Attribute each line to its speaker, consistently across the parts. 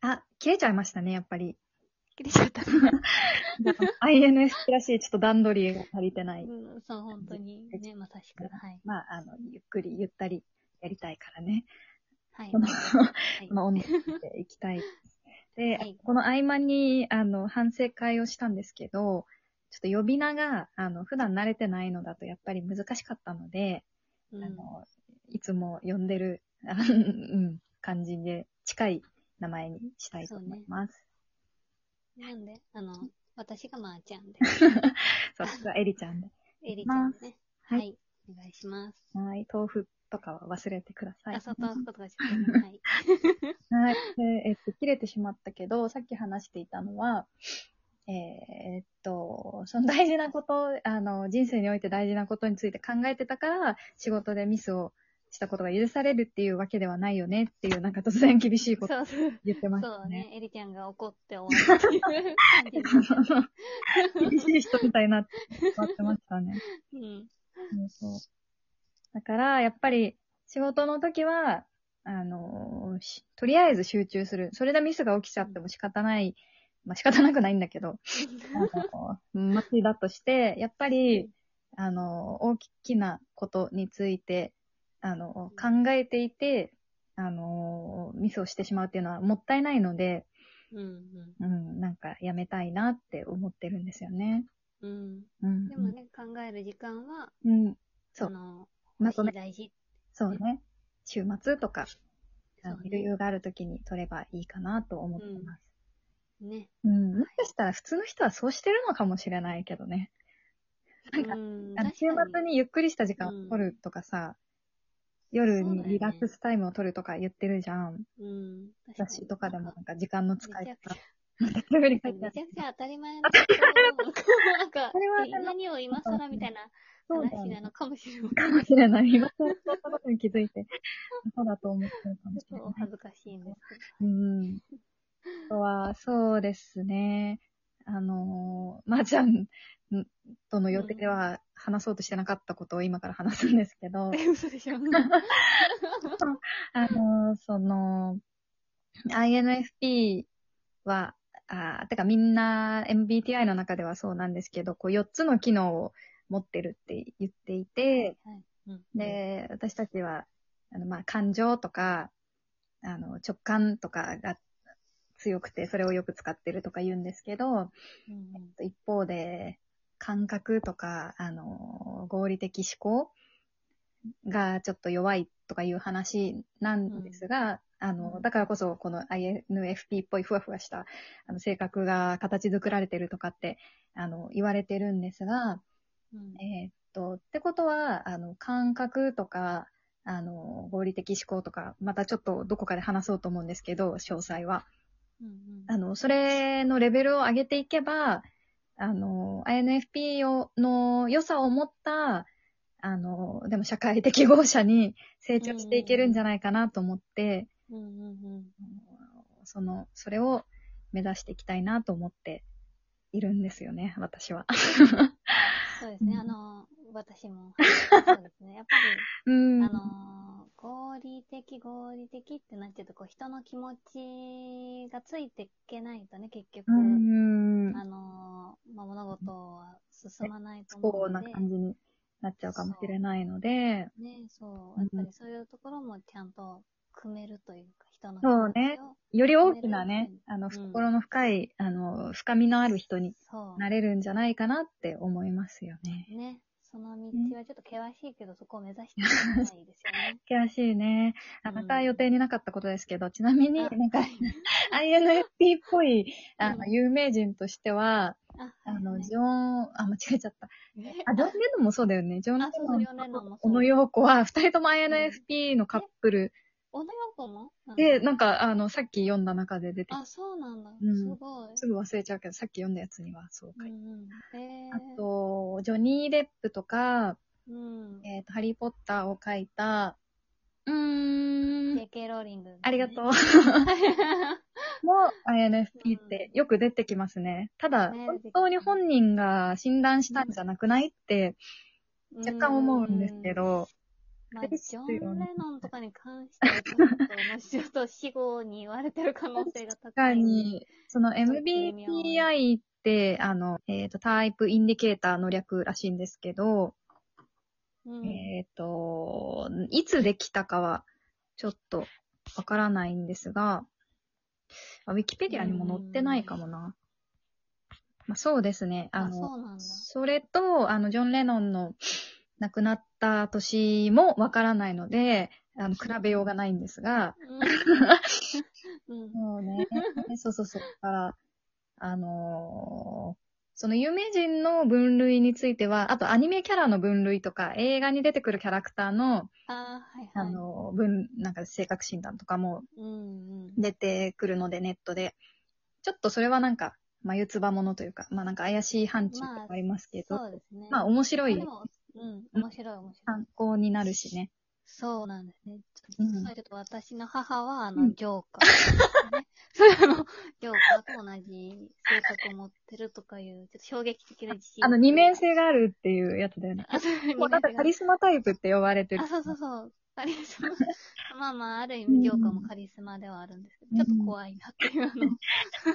Speaker 1: あ、切れちゃいましたね、やっぱり。
Speaker 2: 切れちゃった。
Speaker 1: INFP らしい、ちょっと段取りが足りてない。
Speaker 2: うん、そう、本当に。ね、まさしく。はい。
Speaker 1: まあ、あの、ゆっくり、ゆったりやりたいからね。
Speaker 2: は い。
Speaker 1: この
Speaker 2: はい
Speaker 1: まあ、音楽でいきたい。で、
Speaker 2: はい
Speaker 1: この合間に、あの、反省会をしたんですけど、ちょっと呼び名が、あの、普段慣れてないのだとやっぱり難しかったので、
Speaker 2: うん
Speaker 1: あの、いつも呼んでる、あうん、感じで近い名前にしたいと思います。
Speaker 2: なんで、あの、私がまーちゃんで、
Speaker 1: そう,、私はエリちゃんで。
Speaker 2: エリちゃんね。
Speaker 1: は
Speaker 2: はいい。お願いします。
Speaker 1: はい、豆腐とかは忘れてください。
Speaker 2: あ、そう、トークことがちょっとね。 はい。
Speaker 1: はい。で、えっと、切れてしまったけど、さっき話していたのは、えーえっと、その大事なこと、あの、人生において大事なことについて考えてたから、仕事でミスをしたことが許されるっていうわけではないよねっていう、なんか突然厳しいこと
Speaker 2: そうそう。
Speaker 1: 言ってまし
Speaker 2: そ
Speaker 1: た
Speaker 2: う
Speaker 1: ね。
Speaker 2: ね、エリちゃんが怒って終わるっていう感じになっちゃっ
Speaker 1: 厳しい人みたいになってなってましたね。
Speaker 2: た。 うん。
Speaker 1: そうそう。だから、やっぱり、仕事の時は、あのしとりあえず集中する。それでミスが起きちゃっても仕方ない。まあ、仕方なくないんだけど、あの、祭りだとして、やっぱり、あの、大きなことについて、あの、考えていて、あの、ミスをしてしまうっていうのはもったいないので、
Speaker 2: うん。
Speaker 1: うん、なんかやめたいなって思ってるんですよね。
Speaker 2: うん。う
Speaker 1: う
Speaker 2: ん。
Speaker 1: ん。
Speaker 2: でもね、考える時間は、
Speaker 1: うん。そう
Speaker 2: あの、
Speaker 1: まとめ
Speaker 2: 大事。
Speaker 1: そうね。週末とか、あの
Speaker 2: そうね
Speaker 1: 余裕がある時に取ればいいかなと思ってます。
Speaker 2: ね。
Speaker 1: うん。もしかしたら普通の人はそうしてるのかもしれないけどね。なんか
Speaker 2: うん
Speaker 1: あの
Speaker 2: 確
Speaker 1: 週
Speaker 2: かに
Speaker 1: 末にゆっくりした時間を取るとかさ、夜
Speaker 2: そうだ
Speaker 1: に
Speaker 2: よね
Speaker 1: リラックスタイムを取るとか言ってるじゃん。
Speaker 2: うん。確かに
Speaker 1: 私とかでも。なんか時間の使い方。
Speaker 2: めちゃ
Speaker 1: 振り返って
Speaker 2: く
Speaker 1: ない
Speaker 2: ちゃ当たり前のことなんか
Speaker 1: それは、
Speaker 2: え何を今更みたいな
Speaker 1: そうだ
Speaker 2: 話
Speaker 1: ね
Speaker 2: なのかもしれない。
Speaker 1: かもしれない。今、そうしたことに気づいて、そうだと思ってるかもし
Speaker 2: ちょ
Speaker 1: れ
Speaker 2: っ
Speaker 1: な
Speaker 2: とお
Speaker 1: い。
Speaker 2: 恥ずかしいんですけ
Speaker 1: う
Speaker 2: ど。
Speaker 1: ん。あとは、そうですね。あのー、まー、ちゃんとの予定では話そうとしてなかったことを今から話すんですけど、
Speaker 2: え、嘘でしょうん。
Speaker 1: あのー、その、INFP は、あーてかみんな MBTI の中ではそうなんですけど、こう4つの機能を持ってるって言っていて、
Speaker 2: はいうん
Speaker 1: で、私たちは、あの、まあ、感情とか、あの、直感とかが強くて、それをよく使ってるとか言うんですけど、
Speaker 2: うんうん
Speaker 1: 一方で、感覚とか、あの、合理的思考がちょっと弱いとかいう話なんですが、あの、だからこそ、この INFP っぽいふわふわした、あの、性格が形作られてるとかって、あの、言われてるんですが、
Speaker 2: うん
Speaker 1: えーっと、ってことは、あの、感覚とか、あの、合理的思考とか、またちょっとどこかで話そうと思うんですけど、詳細は。
Speaker 2: うん
Speaker 1: あの、それのレベルを上げていけば、あの、INFP をの良さを持った、あの、でも社会的合者に成長していけるんじゃないかなと思って、
Speaker 2: うんうんうん
Speaker 1: その、それを目指していきたいなと思っているんですよね、私 は。
Speaker 2: そうですね、
Speaker 1: うん
Speaker 2: あの、私も。そうですね。やっぱり、
Speaker 1: うん。
Speaker 2: あのー合理的合理的ってなっちゃうと、こう、人の気持ちがついていけないとね、結局、
Speaker 1: うん。
Speaker 2: あのーまあ、物事は進まないと思
Speaker 1: そううな
Speaker 2: ので、
Speaker 1: 感じになっちゃうかもしれないので、
Speaker 2: ね、そうう、
Speaker 1: ん
Speaker 2: やっぱりそういうところもちゃんと組めるというか、人の
Speaker 1: そう
Speaker 2: 気持
Speaker 1: ね
Speaker 2: ちを
Speaker 1: より大きなね、あの、
Speaker 2: ん
Speaker 1: 心の深い、あの、深みのある人に
Speaker 2: そ
Speaker 1: なれるんじゃないかなって思いますよね。
Speaker 2: う、ね、その道はちょっと険しいけど、そこを目指していきたいですよ ね。
Speaker 1: 険しいね。あ、
Speaker 2: うん
Speaker 1: また予定になかったことですけど、ちなみに、
Speaker 2: あ
Speaker 1: なんか、INFP っぽい、あ
Speaker 2: う
Speaker 1: の、
Speaker 2: ん
Speaker 1: 有名人としては、
Speaker 2: あ、
Speaker 1: あ
Speaker 2: は
Speaker 1: の、
Speaker 2: い
Speaker 1: ジョン、あ、間違えちゃった。
Speaker 2: ね
Speaker 1: あ、ジョン・レノンもそうだよね。ジョン・レ
Speaker 2: あそう
Speaker 1: ノン
Speaker 2: ジョンレノン
Speaker 1: と
Speaker 2: もそう
Speaker 1: 小野洋子は、二人とも INFP のカップル
Speaker 2: 小野洋子もなんか
Speaker 1: で、なんか、あの、さっき読んだ中で出てきた
Speaker 2: あ、そうなんだ。
Speaker 1: うん
Speaker 2: すごい。
Speaker 1: すぐ忘れちゃうけど、さっき読んだやつにはそう書いて
Speaker 2: うんうん、えー、
Speaker 1: あと、ジョニー・デップとか、
Speaker 2: うん。
Speaker 1: えっ、と、ハリー・ポッターを書いた、うーん、
Speaker 2: JK ローリング、
Speaker 1: ありが とう。
Speaker 2: う。
Speaker 1: も
Speaker 2: う
Speaker 1: INFP ってよく出てきますね。ただ、
Speaker 2: ね
Speaker 1: 本当に本人が診断したんじゃなくないって
Speaker 2: ん
Speaker 1: 若干思うんですけ。ど、
Speaker 2: まあ、
Speaker 1: です
Speaker 2: ジョ
Speaker 1: よ
Speaker 2: ン・
Speaker 1: ね
Speaker 2: レノンとかに関しては、ちょっと面白いと死後に言われてる可能性が
Speaker 1: 確か
Speaker 2: 高い。
Speaker 1: に、その
Speaker 2: ちょっと微妙
Speaker 1: MBTI って、あの、えっ、と、タイプインディケーターの略らしいんですけど、
Speaker 2: うん。
Speaker 1: えっ、と、いつできたかは、ちょっとわからないんですが、あウィキペディアにも載ってないかもな。まあ、そうですね。あ
Speaker 2: あ、
Speaker 1: の、
Speaker 2: そうなんだ。
Speaker 1: それと、あの、ジョン・レノンの亡くなった年もわからないので、あの、比べようがないんですが、
Speaker 2: うん。 うん
Speaker 1: そうね。 そうそうそう。だから、あのーその有名人の分類については、あとアニメキャラの分類とか、映画に出てくるキャラクターの、
Speaker 2: あー、はいはい。
Speaker 1: あのー分、なんか性格診断とかも
Speaker 2: うんうん。
Speaker 1: 出てくるので、ネットで。ちょっとそれはなんか、眉唾ものというか、まあなんか怪しい範疇とかありますけど、ま
Speaker 2: そうですね。
Speaker 1: あ、面白
Speaker 2: で
Speaker 1: い
Speaker 2: もうん、面白い面白い。
Speaker 1: 参考になるしね。
Speaker 2: そうなんですね。ち
Speaker 1: う
Speaker 2: ょ
Speaker 1: ん
Speaker 2: っと、それと私の母は、あ
Speaker 1: う
Speaker 2: の、
Speaker 1: ん
Speaker 2: ジョーカー、ね。 それあの、ジョーカーと同じ性格を持ってるとかいう、ちょっと衝撃的な自信。
Speaker 1: あの、二面。性があるっていうやつだよね。
Speaker 2: あ、そう、二
Speaker 1: もう
Speaker 2: 面
Speaker 1: なんか
Speaker 2: 性が
Speaker 1: カリスマタイプって呼ばれてる。
Speaker 2: あ、そうそうそう。カリスマ。まあまあ、ある意味、ジョーカーもカリスマではあるんですけど、ちょっと怖いなっていう、あ の、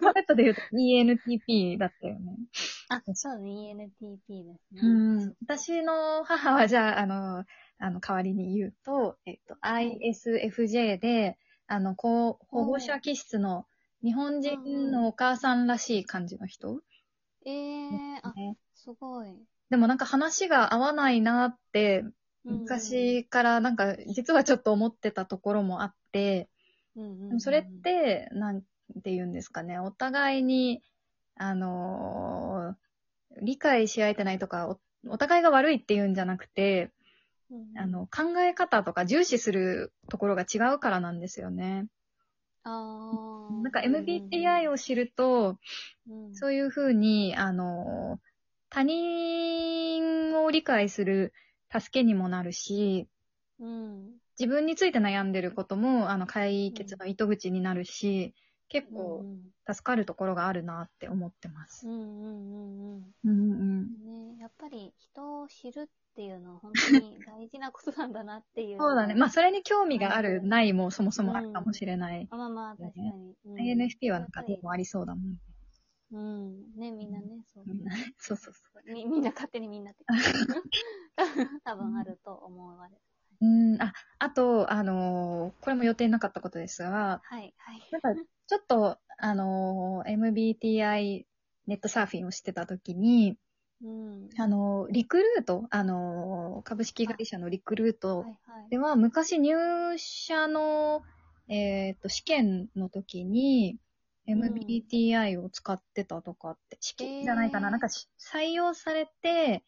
Speaker 1: パレットで言うと ENTP だったよね。
Speaker 2: あ、そうね、ENTP ですね。
Speaker 1: うん。私の母はじゃあ、あの、あの、代わりに言うと、えっと、ISFJ で、あの、こう、保護者気質の日本人のお母さんらしい感じの人、
Speaker 2: ええあ、
Speaker 1: ね
Speaker 2: すごい。
Speaker 1: でもなんか話が合わないなって、
Speaker 2: うん、
Speaker 1: 昔からなんか、実はちょっと思ってたところもあって、
Speaker 2: うんうんうん
Speaker 1: でもそれっ、て、なんて言うんですかね、お互いに、あのー理解し合えてないとか、おお互いが悪いっていうんじゃなくて、
Speaker 2: うんうん
Speaker 1: あ、の、考え方とか重視するところが違うからなんですよね。
Speaker 2: あー
Speaker 1: なんか MBTI
Speaker 2: を、
Speaker 1: を知ると、
Speaker 2: うん
Speaker 1: そういうふうに、あの、他人を理解する助けにもなるし、
Speaker 2: うん。
Speaker 1: 自分について悩んでることも、あの、解決の糸口になるし、結
Speaker 2: う
Speaker 1: 構
Speaker 2: ん
Speaker 1: 助かるところがあるなって思ってます
Speaker 2: う。んうんう
Speaker 1: う
Speaker 2: ん
Speaker 1: んうん
Speaker 2: うん。ね、やっぱり人を知るっていうのは本当に大事なことなんだなっていう。
Speaker 1: そうだね。まあ、それに興味があ
Speaker 2: う
Speaker 1: る、
Speaker 2: ん
Speaker 1: ないもそもそもあるかもしれない。
Speaker 2: あ、まあまあ、確かに。うん
Speaker 1: INFP はなんかどうもありそうだもん。
Speaker 2: うん。ね、みんなね、そう。
Speaker 1: みんなそうそうそう。
Speaker 2: みみんな勝手にみ んなって。多分あると思われる。
Speaker 1: うん、あ、あと、あのーこれも予定なかったことですが、
Speaker 2: はい、はい。
Speaker 1: なんか、ちょっと、あのー MBTI ネットサーフィンをしてた時に、
Speaker 2: うん。
Speaker 1: あのーリクルート、あのー株式会社のリクルート
Speaker 2: はいはい。
Speaker 1: では、昔入社の、えっと、試験の時に、MBTI を使ってたとかって、試験じゃないかな、
Speaker 2: えー
Speaker 1: なんかし採用されて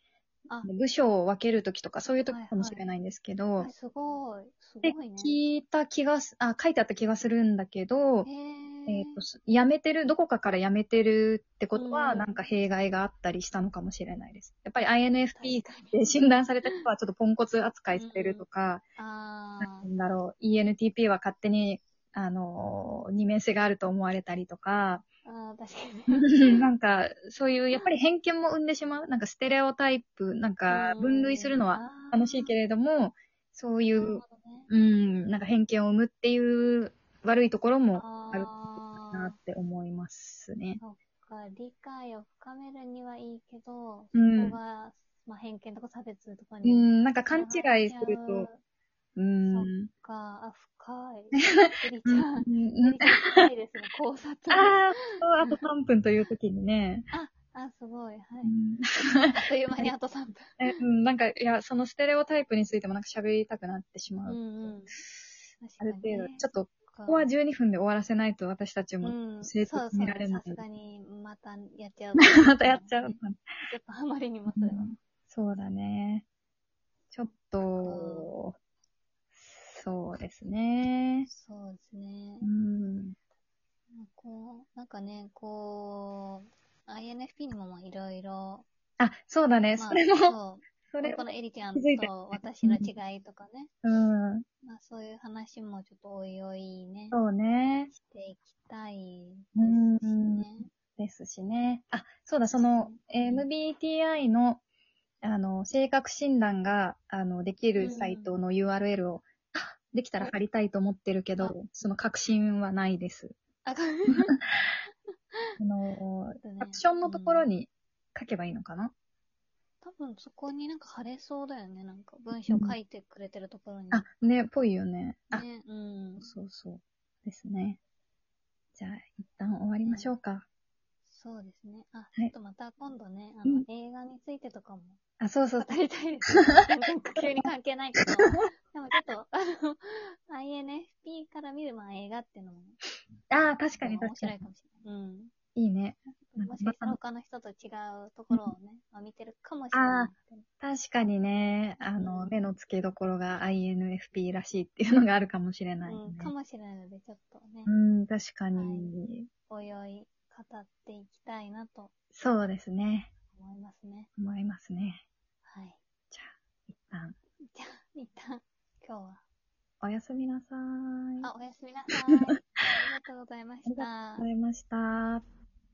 Speaker 2: あ、
Speaker 1: 部署を分ける時とか、そういう時
Speaker 2: はいはい
Speaker 1: かもしれないんですけど、
Speaker 2: あすごい。す
Speaker 1: で
Speaker 2: ごいね。
Speaker 1: 聞いた気がす、あ、書いてあった気がするんだけど、
Speaker 2: へー
Speaker 1: えっ、と、す辞めてる、どこかから辞めてるってこと
Speaker 2: うんう
Speaker 1: は、
Speaker 2: ん
Speaker 1: なんか弊害があったりしたのかもしれないです。やっぱり INFP
Speaker 2: 確かに
Speaker 1: で診断された人はちょっとポンコツ扱いされるとか、
Speaker 2: あ
Speaker 1: な
Speaker 2: あ
Speaker 1: んだろう、ENTP は勝手に、あのー、二面性があると思われたりとか、
Speaker 2: ああ、確かに。
Speaker 1: なんか、そういう、やっぱり偏見も生んでしまう。なんかステレオタイプ、なんか分類するのは楽しいけ
Speaker 2: れ
Speaker 1: れども、そうい
Speaker 2: ど
Speaker 1: ううん、なんか偏見を生むっていう悪いところもあるな
Speaker 2: あ
Speaker 1: って思いますね。
Speaker 2: あー、理解を深めるにはいいけど、
Speaker 1: うん
Speaker 2: そこが、まあ、偏見とか差別とか
Speaker 1: う
Speaker 2: に。
Speaker 1: ん、なんか勘違いすると、。うん、
Speaker 2: そ
Speaker 1: うん
Speaker 2: か、あ、深い。ゆりち
Speaker 1: う
Speaker 2: ゃん、ゆ
Speaker 1: ん
Speaker 2: りちゃん深いですね、考察。
Speaker 1: あーあと3分という時にね、
Speaker 2: あ、すごい、はい。
Speaker 1: うん
Speaker 2: あっという間にあと3分。
Speaker 1: えうん、なんか、いや、そのステレオタイプについてもなんか喋りたくなってしま
Speaker 2: う
Speaker 1: う。
Speaker 2: んうん。
Speaker 1: ある程度、ちょっと、
Speaker 2: と
Speaker 1: ここは12分で終わらせないと私たち
Speaker 2: う
Speaker 1: も
Speaker 2: ん、
Speaker 1: 生
Speaker 2: そう
Speaker 1: 徒見られない
Speaker 2: そうねさすがに、またやっちゃうか ら。
Speaker 1: またやっちゃうな。
Speaker 2: ちょっとあまりにもそれは。
Speaker 1: そうだね。ちょっと、そうですね。
Speaker 2: そうですね
Speaker 1: う。ん。
Speaker 2: こう、なんかね、こう、INFP にもまあいろいろ。
Speaker 1: あ、そうだね。
Speaker 2: まあ
Speaker 1: それも、
Speaker 2: そう
Speaker 1: それ
Speaker 2: こ
Speaker 1: も、
Speaker 2: のエリちゃん
Speaker 1: 気づいた
Speaker 2: と私の違いとかね。
Speaker 1: うん。
Speaker 2: まあそういう話もちょっとおいおいね、
Speaker 1: そうね。
Speaker 2: していきたい
Speaker 1: うん
Speaker 2: ですしね。
Speaker 1: ですしね。あ、そうだ、その MBTI の、あの、性格診断が、あの、できるサイトの URL を、できたら貼りたいと思ってるけ
Speaker 2: あ
Speaker 1: ど、その確信はないです。
Speaker 2: あ、こ
Speaker 1: あの、
Speaker 2: れ、ね
Speaker 1: アクションのところ、に書けばいいのかな、
Speaker 2: うん多分そこになんか貼れそうだよね。なんか文章書いてくれてるところに。
Speaker 1: あ、ね、ぽいよね。あ、
Speaker 2: ね、うん。
Speaker 1: そうそう。ですね。じゃあ、一旦終わりましょうか。
Speaker 2: そうですね。あ、
Speaker 1: い
Speaker 2: ちょっとまた今度ね、あの、
Speaker 1: うん
Speaker 2: 映画についてとかも
Speaker 1: あ、そうそう。
Speaker 2: 語りたい です。なんか急に関係ない けど。でもちょっと、あの、INFP から見る、まあ、映画っていうのも、
Speaker 1: ああ、確かに
Speaker 2: 面
Speaker 1: 確か
Speaker 2: 白
Speaker 1: に
Speaker 2: い。かもしれない。
Speaker 1: いいね。
Speaker 2: うん。もしかしたら他の人と違うところをね、まあ、見てるかもしれない。
Speaker 1: 確かにね、あの、目の付けどころが INFP らしいっていうのがあるかもしれない、ね
Speaker 2: うん、かもしれないので、ちょっとね、
Speaker 1: うん、確かに、
Speaker 2: はいおいおい語っていきたいなと
Speaker 1: そうですね。
Speaker 2: 思いますね。
Speaker 1: 思いますね。
Speaker 2: はい。
Speaker 1: じゃあ、一旦、
Speaker 2: じゃあ、一旦、今日は、
Speaker 1: おやすみなさい。あ
Speaker 2: あ、おやすみなさい。ありがとうございま
Speaker 1: り
Speaker 2: し
Speaker 1: がと
Speaker 2: た
Speaker 1: うご。ざいました。